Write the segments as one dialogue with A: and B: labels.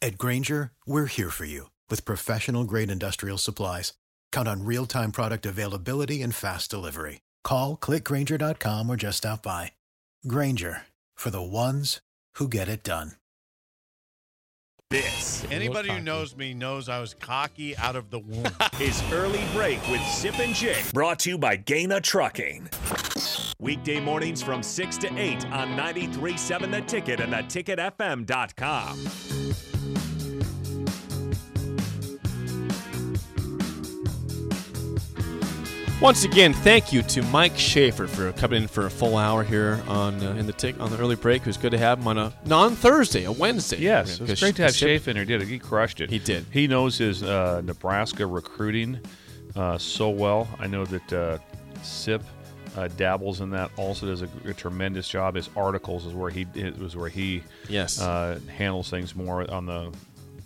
A: At Granger, we're here for you with professional grade industrial supplies. Count on real time product availability and fast delivery. Call clickgranger.com or just stop by. Granger for the ones who get it done.
B: This. Anybody who knows me knows I was cocky out of the womb.
C: is Early Break with Sip and Jake,
D: Brought to you by Gaina Trucking.
C: weekday mornings from 6 to 8 on 93.7 The Ticket and theticketfm.com.
E: Once again, thank you to Mike Schaefer for coming in for a full hour here on uh, in the tick on the early break. It was good to have him on a non Thursday, a Wednesday.
F: Yes, it was
E: Because
F: great to have
E: Schaefer-
F: Schaefer in here. Did it? He crushed it.
E: He did.
F: He knows his uh, Nebraska recruiting uh, so well. I know that uh, Sip uh, dabbles in that. Also, does a, a tremendous job. His articles is where he it was where he
E: Yes.
F: uh, handles things more on the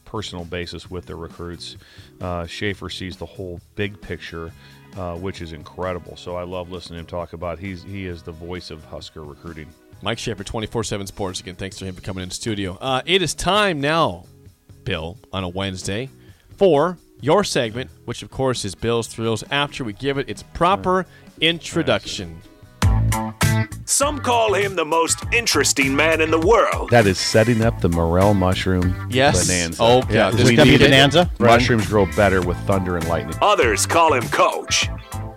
F: personal basis with the recruits. Uh, Schaefer sees the whole big picture. Uh, which is incredible. So I love listening to him talk about. He's he is the voice of Husker recruiting.
E: Mike Schaefer, 24 7 Sports. Again, thanks to him for coming in the studio. Uh, it is time now, Bill, on a Wednesday, for your segment, which of course is Bill's Thrills after we give it its proper introduction.
D: Some call him the most interesting man in the world.
F: That is setting up the morel mushroom
E: Yes.
F: bonanza.
E: Oh, yeah. This is
F: We
E: gonna be
F: need it.
G: bonanza?
F: Mushrooms grow better with thunder and lightning.
D: Others call him coach.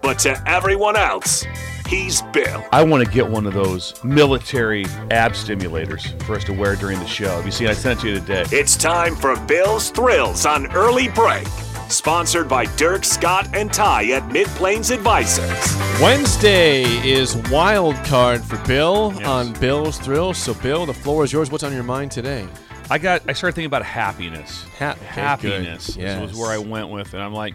D: But to everyone else, he's Bill.
F: I want to get one of those military ab stimulators for us to wear during the show. You see, I sent you today.
D: It's time for Bill's Thrills on Early Break. Sponsored by Dirk, Scott, and Ty at Mid Plains Advisors.
E: Wednesday is wild card for Bill on Bill's Thrills. So, Bill, the floor is yours. What's on your mind today?
F: I got. I started thinking about happiness.
E: Ha- okay,
F: happiness
E: good.
F: This
E: Yes.
F: was where I went with, and I'm like,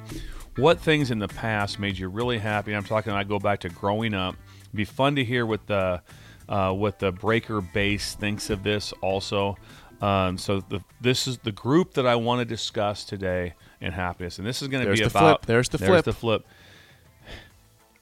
F: what things in the past made you really happy? And I'm talking. I go back to growing up. It'd be fun to hear what the uh, what the breaker base thinks of this also. Um, so the, this is the group that I want to discuss today in happiness, and this is going to
E: There's
F: be
E: the flip.
F: about
E: There's the flip.
F: There's the flip.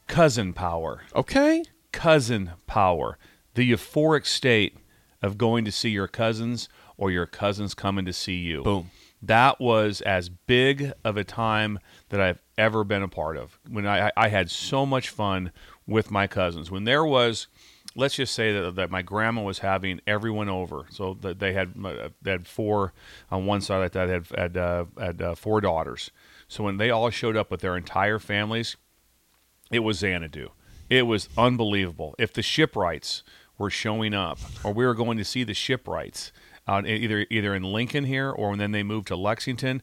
F: Cousin power
E: Okay.
F: cousin power, the euphoric state of going to see your cousins or your cousins coming to see you.
E: Boom.
F: That was as big of a time that I've ever been a part of. When I, I- I had so much fun with my cousins. When there was, let's just say that, that my grandma was having everyone over. So that they had uh, they had four on one side like that had had, uh, had uh, four daughters. So when they all showed up with their entire families, it was Xanadu. It was unbelievable. If the shipwrights were showing up, or we were going to see the shipwrights out in- either either in Lincoln here, or when then they moved to Lexington,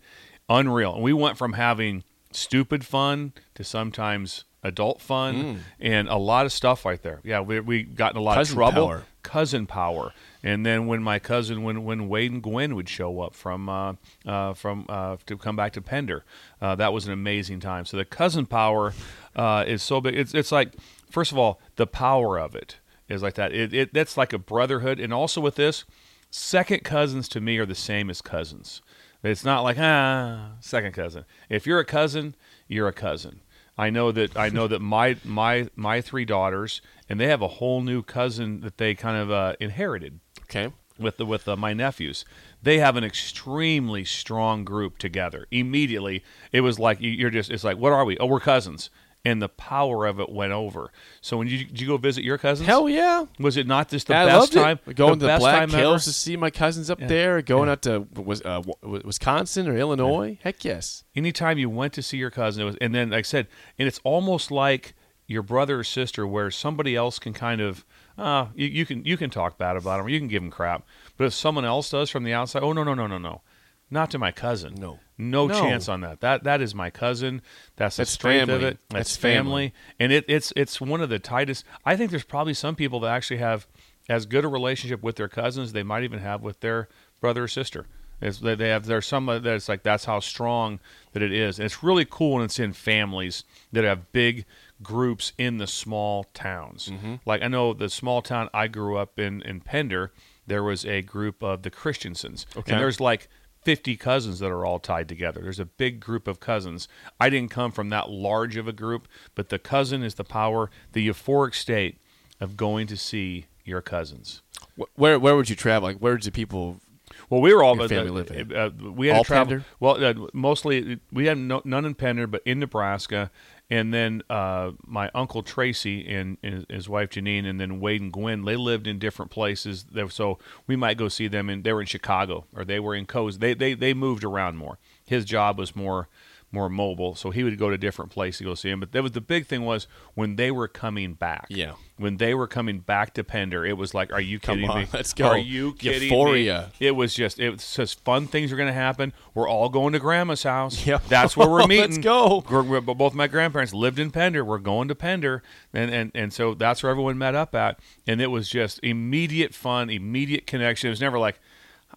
F: unreal. And we went from having stupid fun to sometimes adult fun, and a lot of stuff right there. Yeah, we, we got in a lot
E: Mm. Cousin
F: of trouble.
E: power.
F: Cousin power, and then when my cousin, when when Wade and Gwen would show up from uh, uh, from uh, to come back to Pender, uh, that was an amazing time. So the cousin power uh, is so big. It's it's like first of all the power of it is like that. It, it that's like a brotherhood, and also with this, second cousins to me are the same as cousins. It's not like ah second cousin. If you're a cousin, you're a cousin. I know that I know that my my my three daughters and they have a whole new cousin that they kind of uh, inherited
E: Okay.
F: with the, with uh, my nephews. They have an extremely strong group together. Immediately, it was like you- you're just. It's like, what are we? Oh, we're cousins. And the power of it went over. So when you did you go visit your cousins?
E: Hell yeah.
F: Was it not just the
E: I loved
F: best time?
E: it. Going to the
F: best
E: Black
F: time ever?
E: Hills to see my cousins up there, going out to was uh, Wa- Wisconsin or Illinois. Heck yes.
F: anytime you went to see your cousin it was, and then like i said and it's almost like your brother or sister where somebody else can kind of uh, you, you can you can talk bad about them or you can give them crap but if someone else does from the outside oh no no no no no not to my cousin
E: No.
F: no,
E: No.
F: chance on that that that is my cousin that's the
E: That's
F: strength of
E: family.
F: it that's,
E: That's
F: family.
E: family.
F: and it, it's it's one of the tightest i think there's probably some people that actually have as good a relationship with their cousins they might even have with their brother or sister it's, they they have there's some that it's like that's how strong that it is and it's really cool when it's in families that have big groups in the small towns
E: Mm-hmm.
F: like i know the small town i grew up in in pender there was a group of the christiansons
E: Okay.
F: and there's like 50 cousins that are all tied together. There's a big group of cousins. I didn't come from that large of a group, but the cousin is the power, the euphoric state of going to see your cousins.
E: Wh- Where where would you travel? Like where do people?
F: Well, we were all
E: Your
F: but the-
E: family lived in it.
F: uh, we had
E: All
F: to travel.
E: Pender?
F: Well, uh, mostly we had no, none in Pender, but in Nebraska, and then uh, my uncle Tracy and, and his wife Janine, and then Wade and Gwen. They lived in different places, They- so we might go see them. And they were in Chicago, or they were in Coes. They they they moved around more. His job was more more mobile, so he would go to different places to go see him. But that was the big thing was when they were coming back.
E: Yeah.
F: when they were coming back to Pender, it was like, are you
E: Come
F: kidding
E: on,
F: me?
E: let's go.
F: Are you kidding
E: Euphoria.
F: me? It was just it says fun things are going to happen. We're all going to grandma's house.
E: Yep.
F: That's where we're
E: Let's
F: meeting.
E: go.
F: We're, we're- both my grandparents lived in Pender. We're going to Pender, and and and so that's where everyone met up at, and it was just immediate fun, immediate connection. It was never like.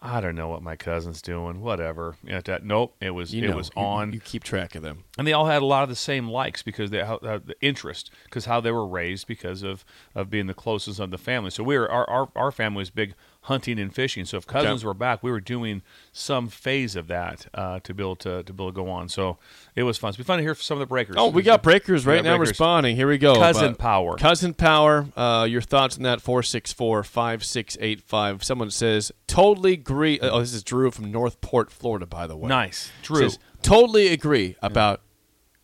F: I don't know what my cousin's doing. Whatever. You know, that- nope. It was.
E: You
F: it
E: know,
F: was
E: you-
F: on
E: You keep track of them.
F: and they all had a lot of the same likes because they how, uh, the interest because how they were raised because of of being the closest of the family so we were our our, our family was big hunting and fishing so if cousins were back we were doing some phase of that uh, to be able to, to be able to go on so it was fun so we fun to hear from some of the breakers
E: Oh, we got breakers
F: We
E: right
F: got
E: now
F: breakers.
E: responding. Here we go.
F: Cousin
E: But-
F: Power.
E: Cousin Power. Uh, your thoughts on that? 464 5685. Someone says, totally agree. Oh, this is Drew from Northport, Florida, by the way.
F: nice drew
E: Says, totally agree about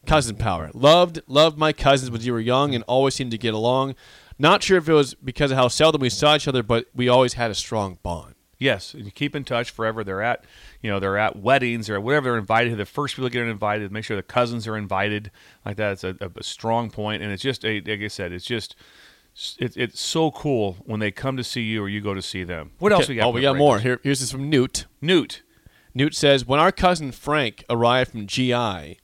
E: cousin power. Loved, loved my cousins when you were young and always seemed to get along. Not sure if it was because of how seldom we saw each other, but we always had a strong bond.
F: Yes, and you keep in touch forever. They're at, you know, they're at weddings or whatever. They're invited. to. The first people to get invited. Make sure the cousins are invited. Like that, it's a, a, a strong point, and it's just a, like I said, it's just, it's it's so cool when they come to see you or you go to see them. What else we got?
E: oh,
F: for
E: we
F: the
E: got more.
F: breakers?
E: Here, here's this from Newt.
F: Newt.
E: Newt says, when our cousin Frank arrived from GI,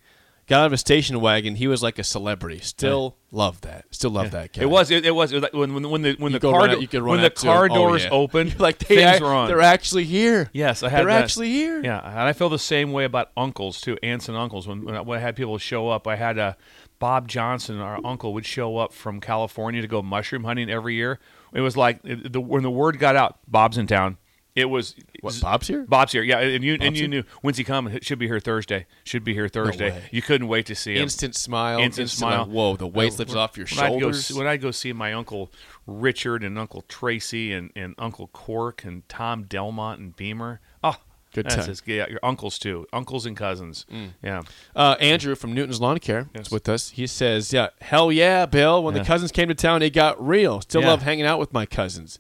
E: got out of a station wagon, he was like a celebrity. Still love that. Still love that guy.
F: It was. It, it was. It was like when when when the when the
E: go
F: car
E: run out-
F: do-
E: you could run
F: when the
E: out to
F: car
E: him. Oh,
F: doors
E: yeah.
F: open,
E: like they
F: things
E: act-
F: are on.
E: they're actually here.
F: Yes, I had.
E: They're
F: that.
E: actually here.
F: Yeah, and I feel the same way about uncles too, aunts and uncles. When when I, when I had people show up, I had uh, Bob Johnson, our uncle, would show up from California to go mushroom hunting every year. It was like it, the, when the word got out, Bob's in town. It was
E: What, Bob's here?
F: Bob's here. Yeah, and you and you knew when's he coming? It Should be here Thursday. Should be here Thursday.
E: way.
F: you couldn't wait to see him.
E: Instant smile.
F: Instant
E: like,
F: smile.
E: whoa, the weight lifts off your
F: When I'd go
E: shoulders.
F: see- when I go see my uncle Richard and Uncle Tracy and, and Uncle Cork and Tom Delmont and Beamer. Oh,
E: Good
F: that's
E: time.
F: just- yeah, your uncles too, uncles and cousins. Yeah,
E: Uh, Andrew from Newton's Lawn Care is with us. He says, "Yeah, hell yeah, Bill. When
F: Yeah.
E: the cousins came to town, it got real. Still
F: Yeah.
E: love hanging out with my cousins."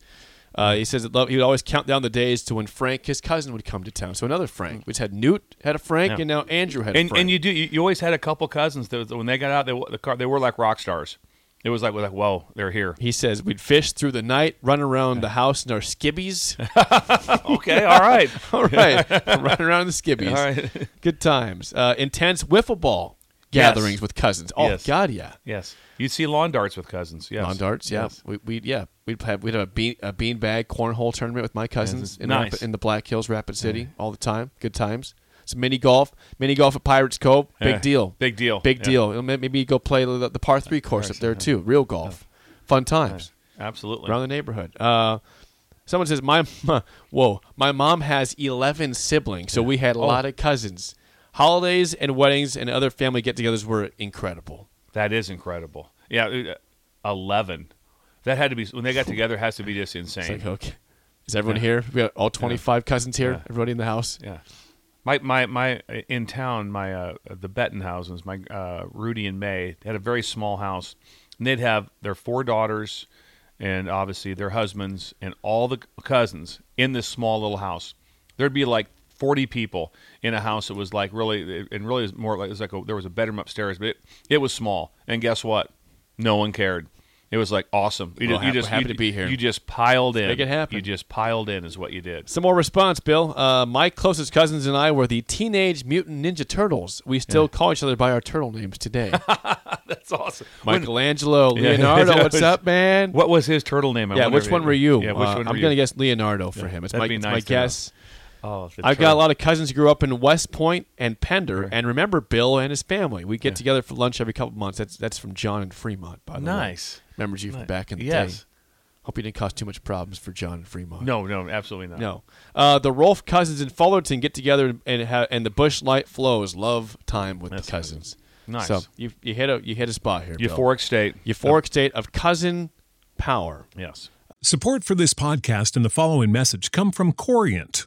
E: Uh, he says that love, he would always count down the days to when Frank, his cousin, would come to town. So another Frank, which had Newt had a Frank,
F: Mm. Yeah.
E: and now Andrew had a
F: and
E: Frank.
F: and you do you, you always had a couple cousins that when they got out, they w- the car they were like rock stars. It was like we're like whoa, they're here.
E: he says we'd fish through the night, run around the house in our skibbies.
F: Okay, all right,
E: All right, run around in the skibbies.
F: all right.
E: Good times. Uh, intense wiffle ball
F: Yes.
E: gatherings with cousins. Oh
F: Yes.
E: God, yeah.
F: yes, you'd see lawn darts with cousins. Yes,
E: Lawn darts, yeah.
F: Yes.
E: We, we yeah we'd have we'd have a bean a beanbag cornhole tournament with my cousins
F: it's
E: in,
F: nice.
E: Rapid, in the Black Hills, Rapid City, all the time. Good times. Some mini golf, mini golf at Pirates Cove, big
F: Yeah.
E: deal,
F: Big deal.
E: big
F: Yeah.
E: deal. And may- Maybe you go play the, the par three course up there too. Real golf, fun times
F: Absolutely.
E: around the neighborhood. Uh, someone says my, whoa, my mom has eleven siblings, so we had
F: Oh.
E: a lot of cousins. Holidays and weddings and other family get-togethers were incredible.
F: That is incredible. Yeah, uh, eleven. That had to be when they got together. Has to be just insane.
E: It's like okay, Is everyone here? We got all 25 cousins here. Everybody in the house.
F: Yeah. My my my in town my uh, the Bettenhausens my uh, Rudy and May they had a very small house and they'd have their four daughters and obviously their husbands and all the cousins in this small little house. There'd be like forty people in a house that was like really and really was more like it was like a, there was a bedroom upstairs but it, it was small and guess what? No one cared. It was like awesome. You,
E: Well,
F: ju-
E: hap-
F: you just
E: happy
F: you,
E: to be here.
F: You just piled in.
E: Make it happen.
F: You just piled in is what you did.
E: Some more response, Bill. Uh, my closest cousins and I were the Teenage Mutant Ninja Turtles. We still call each other by our turtle names today.
F: That's awesome. When-
E: Michelangelo,
F: Yeah.
E: Leonardo,
F: That
E: what's
F: was-
E: up, man?
F: What was his turtle name? I
E: yeah,
F: wonder
E: which
F: if
E: one
F: it-
E: were you?
F: Yeah, which
E: Uh,
F: one were
E: I'm
F: you?
E: gonna guess Leonardo for him. It's
F: that'd
E: my,
F: be
E: it's
F: nice
E: my
F: to know.
E: guess.
F: Oh, the
E: I've got a
F: turtle.
E: lot of cousins who grew up in West Point and Pender, and remember Bill and his family. We get together for lunch every couple months. That's that's from John and Fremont, by the way.
F: Nice.
E: Remembers you from
F: Nice.
E: back in the
F: Yes.
E: day. Hope you didn't cause too much problems for John and Fremont.
F: No, no, absolutely not.
E: No. Uh, the Rolf cousins in Fullerton get together and ha- and the bush light flows. Love time with the cousins.
F: Nice.
E: So you you hit a you hit a spot here. Bill.
F: Euphoric state.
E: euphoric state of cousin power.
F: Yes.
G: Support for this podcast and the following message come from Corient.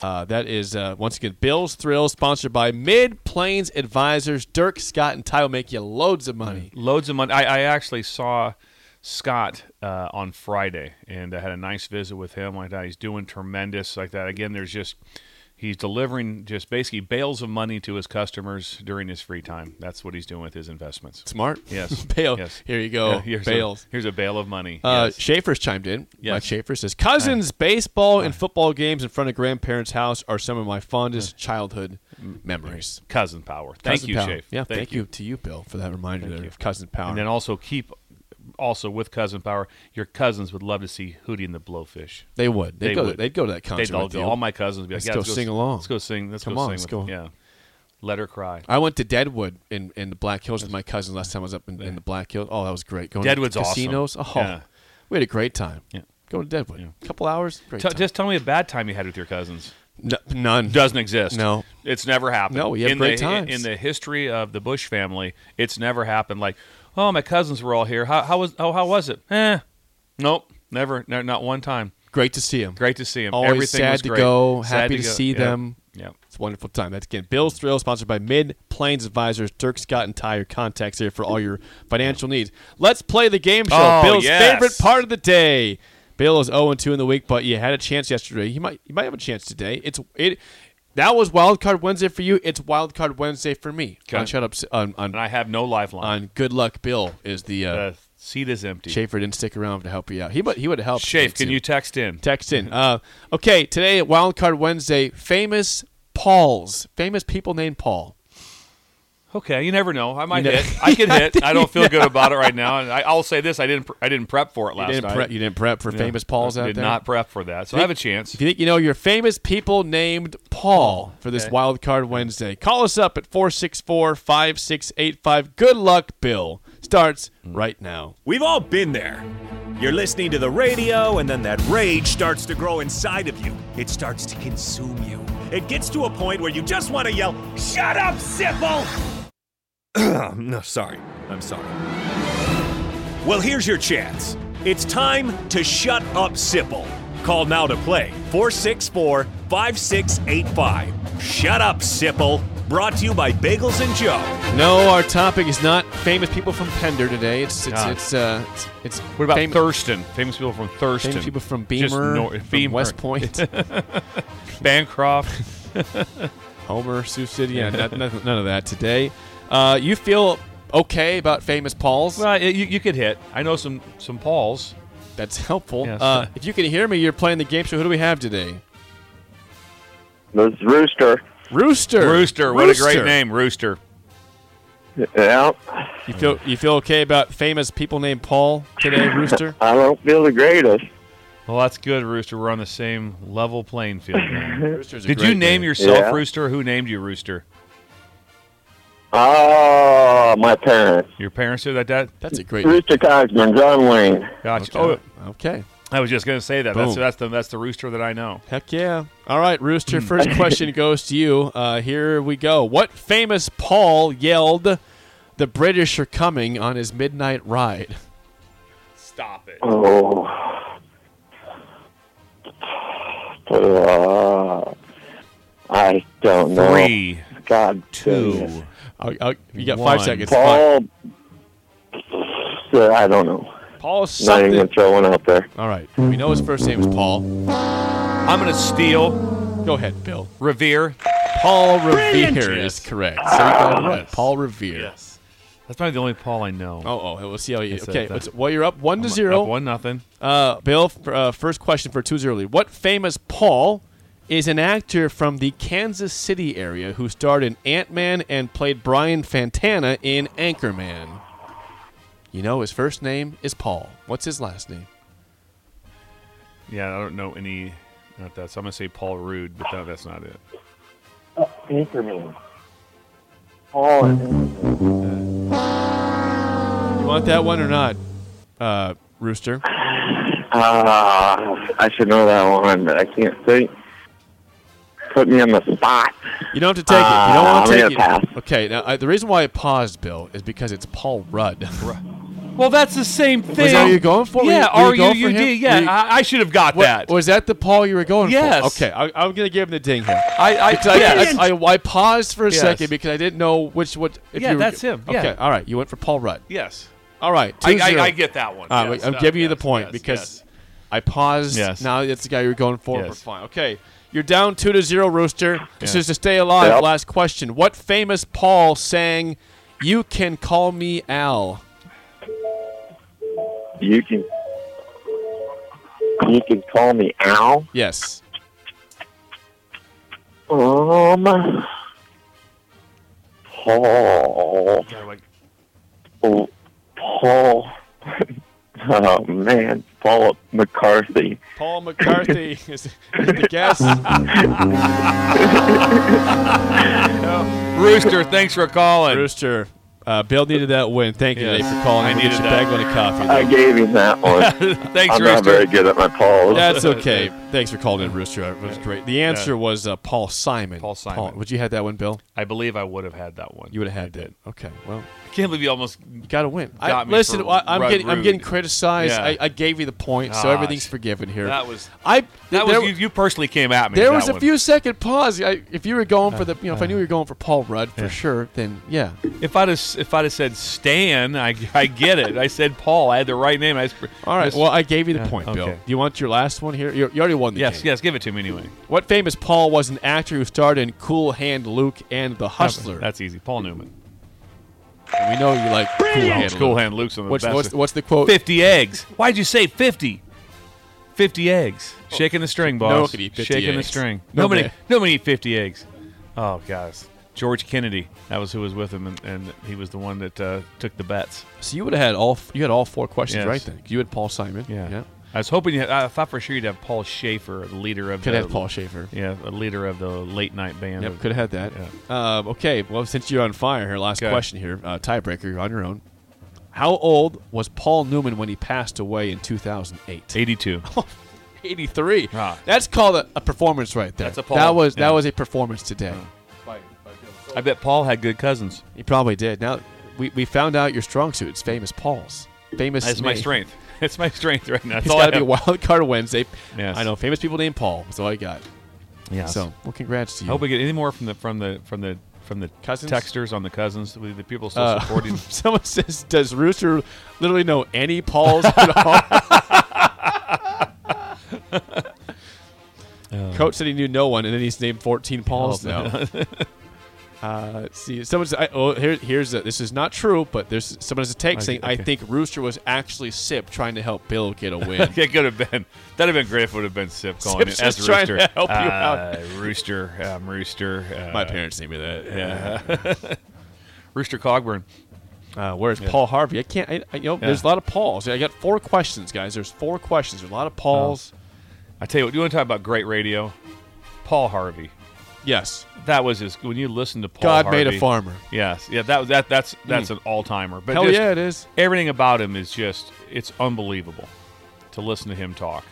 E: Uh, that is uh, once again Bill's Thrill, sponsored by Mid Plains Advisors. Dirk Scott and Ty will make you loads of money.
F: Loads of money. I, I actually saw Scott uh, on Friday, and I had a nice visit with him. Like that, he's doing tremendous. Like that again. There's just he's delivering just basically bales of money to his customers during his free time. That's what he's doing with his investments.
E: Smart,
F: Yes.
E: Bale.
F: Yes.
E: Here you go,
F: Yeah, here's
E: Bales.
F: A, here's a bale of money.
E: Uh,
F: Yes.
E: Schaefer's chimed in.
F: Yes.
E: Mike Schaefer says, "Cousins, baseball, and football games in front of grandparents' house are some of my fondest childhood memories."
F: cousin power. Mm. Thank
E: Cousin
F: you,
E: power.
F: Shafe.
E: Yeah, thank, you. to you, Bill, for that reminder there of cousin power.
F: And then also keep, also with cousin power, your cousins would love to see Hootie and the Blowfish.
E: they would. They'd
F: They
E: go.
F: would.
E: They'd go to that concert.
F: They'd all,
E: with you.
F: all my cousins would be like,
E: Let's
F: yeah,
E: go
F: let's go
E: sing along.
F: Let's go sing. Let's
E: Come
F: go
E: on,
F: sing.
E: let's
F: with-
E: go.
F: Yeah, let her cry.
E: I went to Deadwood in, in the Black Hills with my cousin last time I was up in, in the Black Hills. Oh, that was great. Going
F: Deadwood's
E: to
F: awesome.
E: casinos. Oh,
F: Yeah.
E: we had a great time.
F: Yeah.
E: Going to Deadwood. A couple hours. Great
F: T-
E: time.
F: just tell me a bad time you had with your cousins.
E: N- none.
F: Doesn't exist.
E: No.
F: it's never happened.
E: No, we had
F: in
E: great
F: the,
E: times.
F: in the history of the Bush family. It's never happened. Like, oh, my cousins were all here. How, how was? Oh, how was it? Eh, nope, never, no, not one time.
E: Great to see him.
F: Great to see him.
E: Always
F: Everything
E: sad
F: was
E: to
F: great.
E: go.
F: Sad
E: happy to,
F: go.
E: see
F: Yeah.
E: them.
F: Yeah.
E: It's a wonderful time. That's again Bill's Thrill, sponsored by Mid Plains Advisors, Dirk Scott and Ty, your contacts here for all your financial needs. Let's play the game show.
F: Oh,
E: Bill's
F: yes.
E: favorite part of the day. Bill is 0 2 in the week, but you had a chance yesterday. You might you might have a chance today. It's it that was Wild Card Wednesday for you. It's Wild Card Wednesday for me.
F: Okay.
E: On shut up s- on on,
F: And I have no lifeline.
E: on Good Luck Bill is the uh,
F: the seat is empty.
E: Schaefer didn't stick around to help you out. He but he would have helped.
F: Shafe,
E: me
F: can
E: too.
F: you text in?
E: text in? Uh, okay, today at Wild Card Wednesday, famous Pauls, famous people named Paul.
F: Okay, you never know. I might
E: You ne-
F: hit. I could hit. I don't feel good about it right now. And I, I'll say this: I didn't. Pre- I didn't prep for it
E: You
F: last
E: didn't,
F: night.
E: prep, you didn't prep for famous Pauls
F: I
E: out
F: did
E: there.
F: not prep for that, so I have a chance.
E: If you think you know your famous people named Paul for this Wild Card Wednesday, call us up at 464-5685. Good luck, Bill. Starts right now.
C: We've all been there. You're listening to the radio, and then that rage starts to grow inside of you. It starts to consume you. It gets to a point where you just want to yell, Shut up, Sipple! no, sorry. I'm sorry. Well, here's your chance. It's time to shut up, Sipple. Call now to play 464 5685. Shut up, Sipple. Brought to you by Bagels and Joe.
E: No, our topic is not famous people from Pender today. It's it's
F: Ah.
E: it's uh it's, it's
F: What about
E: famous,
F: Thurston? Famous people from Thurston.
E: famous people from
F: Just
E: Beamer,
F: nor-
E: from
F: Beamer.
E: West Point,
F: Bancroft.
E: Homer, Sioux City, yeah, not, nothing- none of that today. Uh, you feel okay about famous Pauls?
F: well, you, you could hit. I know some some Pauls.
E: That's helpful.
F: Yes.
E: Uh, if you can hear me, you're playing the game show. Who do we have today?
H: This is Rooster.
E: Rooster.
F: Rooster. What a
E: Rooster.
F: great name, Rooster.
H: Yeah,
E: You feel you feel okay about famous people named Paul today, Rooster?
H: I don't feel the greatest.
F: Well, that's good, Rooster. We're on the same level playing field. now.
E: Rooster's a
F: Did
E: great
F: you name
E: name.
F: yourself
H: Yeah.
F: Rooster? Who named you Rooster?
H: Ah, my parents.
F: Your parents did that? Dad?
E: That's a great.
H: Rooster Cosman, John Wayne.
F: Gotcha.
E: Oh, okay.
F: I was just gonna say that. That's
E: Boom.
F: that's the that's the Rooster that I know.
E: Heck yeah. All right, Rooster. First question goes to you. Uh, here we go. What famous Paul yelled, "The British are coming" on his midnight ride?
F: Stop it.
H: Oh. Uh, I don't know.
F: Three,
H: God, goodness.
F: two.
E: I'll- I'll- you got
F: One.
E: five seconds.
H: Paul. Uh, I don't know.
E: Fine. Paul
H: Not even
E: something.
H: gonna throw one out there.
E: All right. We know his first name is Paul.
F: I'm gonna steal
E: Go ahead, Bill.
F: Revere.
E: Paul Revere is
F: Yes.
E: correct. So you
F: Ah,
E: got it right. Paul Revere.
F: That's probably the only Paul I know.
E: Oh, oh, we'll see how you.
F: It's a-
E: Okay,
F: it's a-
E: what's- well, you're up one to
F: Up
E: zero.
F: one nothing.
E: Uh, Bill, f- uh, first question for two zero lead. What famous Paul is an actor from the Kansas City area who starred in Ant Man and played Brian Fantana in Anchorman? You know his first name is Paul. What's his last name?
F: Yeah, I don't know any. Not that. So I'm gonna say Paul Rude, but that, that's not it.
H: Oh, Anchorman. Paul.
E: You want that one or not, uh, Rooster?
H: Ah, I should know that one, but I can't think. Put me on the spot.
E: You don't have to take it. You don't
H: Uh,
E: want
H: I'm
E: to take
H: gonna
E: it.
H: pass.
E: Okay. Now I, the reason why I paused, Bill, is because it's Paul Rudd.
F: Well, that's the same thing.
E: that what you're going for?
F: Yeah,
E: Were you-
F: R
E: were you
F: U
E: going for
F: U D.
E: him?
F: Yeah,
E: Were you-
F: I, I should have got
E: What-
F: that.
E: was that the Paul you were going
F: Yes.
E: for? Okay, I, I'm going to give him the ding here.
F: I, I,
E: Because I,
F: yeah,
E: I, I, I paused for a
F: Yes.
E: second because I didn't know which what. If
F: Yeah,
E: you were,
F: that's him.
E: Okay,
F: Yeah.
E: all right. You went for Paul Rudd.
F: yes.
E: All right,
F: I,
E: 2-0.
F: I, I get that one.
E: All right,
F: Yes,
E: Uh, I'm
F: that-
E: giving you the
F: yes,
E: point
F: yes,
E: because
F: yes.
E: I paused.
F: Yes.
E: Now that's the guy you're going for.
F: Yes.
E: We're fine. Okay, you're down two to zero, Rooster. This
F: Yeah.
E: is to stay alive.
H: Yep.
E: Last question: What famous Paul sang, "You can call me Al"?
H: You can. You can call me Al.
E: Yes.
H: Um. Paul. Oh, Paul. oh man, Paul McCarthy.
E: Paul McCarthy is, is the guess.
F: Rooster, thanks for calling.
E: Rooster, uh, Bill needed that win. Thank you
F: Yes.
E: today for calling.
F: I
E: We'll get
F: needed
E: you
F: that.
E: back on a coffee.
H: I gave him that one.
F: thanks,
H: I'm not
F: Rooster.
H: very good at my Pauls.
E: That's okay. Thanks for calling in, Rooster. It was great. The answer was uh, Paul Simon.
F: Paul Simon.
E: would you have that one, Bill?
F: I believe I would have had that one.
E: You would have had that. Okay. Well,
F: can't believe you almost.
E: You gotta win. I,
F: Got me
E: listen,
F: for
E: I, I'm
F: Rudd
E: getting I'm
F: Rude.
E: getting criticized.
F: Yeah.
E: I, I gave you the point, so
F: Gosh.
E: everything's forgiven here.
F: That was-
E: I.
F: That was
E: there,
F: you, you personally came at me.
E: there
F: with
E: was
F: that
E: a
F: one.
E: few second pause. I, if you were going for the, you know, if I knew you were going for Paul Rudd for sure, then yeah,
F: If I'd have, s- if I'd have said Stan, I, I get it. I said Paul. I had the right name. I was,
E: All right.
F: Mis-
E: Well, I gave you the point,
F: okay.
E: Bill. Do you want your last one here? You, you already won the
F: yes,
E: game.
F: yes. Give it to me anyway.
E: What famous Paul was an actor who starred in Cool Hand Luke and The Hustler?
F: That's easy. Paul Newman.
E: And we know you like Cool Hand
F: Cool
E: Luke.
F: hand Luke's on the
E: What's,
F: best.
E: what's, what's the quote?
F: Fifty eggs. Why'd you say fifty? Fifty eggs.
E: Oh,
F: Shaking the string, boss.
E: No one could eat 50
F: Shaking the
E: eggs.
F: string.
E: Nobody-
F: Nobody. Nobody eat fifty eggs. Oh, guys. George Kennedy. That was who was with him, and, and he was the one that uh, took the bets.
E: So you would have had all f- you had all four questions
F: Yes.
E: right then. You had Paul Simon.
F: I was hoping. You had, I thought for sure you'd have Paul Schaefer, the leader of
E: Could
F: the,
E: have had Paul Schaefer.
F: Yeah, a leader of the late night band.
E: Yep, could have had that. Um, okay, well, since you're on fire here, last
F: Okay.
E: question here, uh, tiebreaker, you're on your own. How old was Paul Newman when he passed away in 2008?
F: Eighty-two.
E: 83.
F: Ah.
E: That's called a, a performance right there.
F: That's a Paul.
E: That was
F: Yeah.
E: that was a performance today.
F: I bet Paul had good cousins.
E: He probably did. Now we, we found out your strong suit. It's famous Paul's. Famous.
F: That's my
E: name.
F: strength. That's my strength right now. That's
E: It's
F: all I
E: got to be
F: have.
E: Wild Card Wednesday.
F: Yes.
E: I know famous people named Paul. That's all I got.
F: Yes.
E: So well, congrats to
F: I
E: you.
F: hope we get any more from the from the from the from the
E: Cousins?
F: texters on the cousins. The the people still
E: Uh,
F: supporting.
E: Someone says, "Does Rooster literally know any Pauls at all?" Coach said he knew no one, and then he's named
F: Oh,
E: fourteen Pauls now. uh, let's see, someone said, I, "Oh, here, here's a, this is not true, but there's someone has a text
F: Okay,
E: saying I
F: okay.
E: think Rooster was actually Sip trying to help Bill get a win."
F: yeah, could have been. That'd have been great if it would have been Sip calling
E: Sip's
F: in as
E: just trying
F: Rooster.
E: to help you
F: uh,
E: out.
F: Rooster, um, Rooster, uh,
E: My parents named me that.
F: Rooster Cogburn.
E: Uh, where's Paul Harvey? I can't. I, I, you know, there's a lot of Pauls. I got four questions, guys. There's four questions. There's a lot of
F: Oh.
E: Pauls.
F: I tell you what, you want to talk about great radio? Paul Harvey.
E: Yes,
F: That was his. When you listen to Paul,
E: God
F: Harvey,
E: made a farmer.
F: Yes, yeah. That was that. That's that's an all timer. But
E: Hell
F: just-
E: yeah, it is.
F: Everything about him is just it's unbelievable to listen to him talk.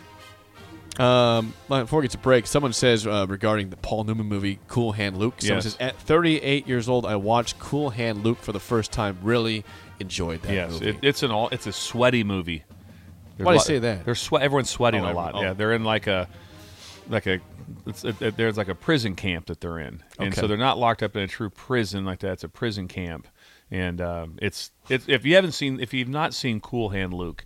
E: Um, before we get to break, someone says uh, regarding the Paul Newman movie Cool Hand Luke. Someone
F: Yes.
E: says, at 38 years old, I watched Cool Hand Luke for the first time. Really enjoyed that
F: yes,
E: movie.
F: it, it's an all. It's a sweaty movie. There's
E: Why do you
F: lot-
E: say that?
F: They're sweat. Everyone's sweating
E: Oh,
F: a lot.
E: everyone- oh.
F: Yeah, they're in like a like a. It's a, there's like a prison camp that they're in, and
E: Okay.
F: so they're not locked up in a true prison like that. It's a prison camp, and um, it's it's if you haven't seen if you've not seen Cool Hand Luke,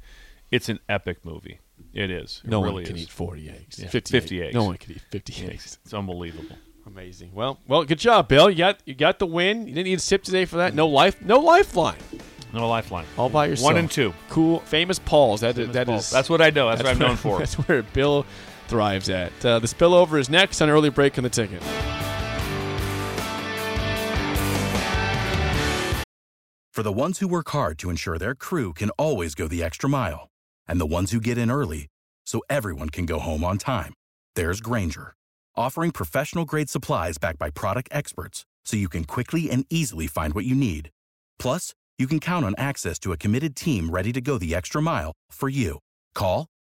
F: it's an epic movie. It is. It
E: no
F: really
E: one can
F: is.
E: eat 40 eggs.
F: Yeah,
E: 50,
F: 50 eggs.
E: No one can eat 50 eggs.
F: It's, it's unbelievable.
E: Amazing. Well, well, good job, Bill. You got you got the win. You didn't need a sip today for that. No
F: Mm-hmm.
E: life, no lifeline.
F: No lifeline.
E: All by yourself.
F: One and two.
E: Cool, famous Pauls. That
F: Famous
E: that
F: Pauls.
E: is-
F: That's what I know. That's what I'm
E: where-
F: known for.
E: That's where Bill thrives at. Uh, the spillover is next on early break on the ticket.
I: For the ones who work hard to ensure their crew can always go the extra mile, and the ones who get in early so everyone can go home on time, there's Granger, offering professional grade supplies backed by product experts so you can quickly and easily find what you need. Plus, you can count on access to a committed team ready to go the extra mile for you. Call,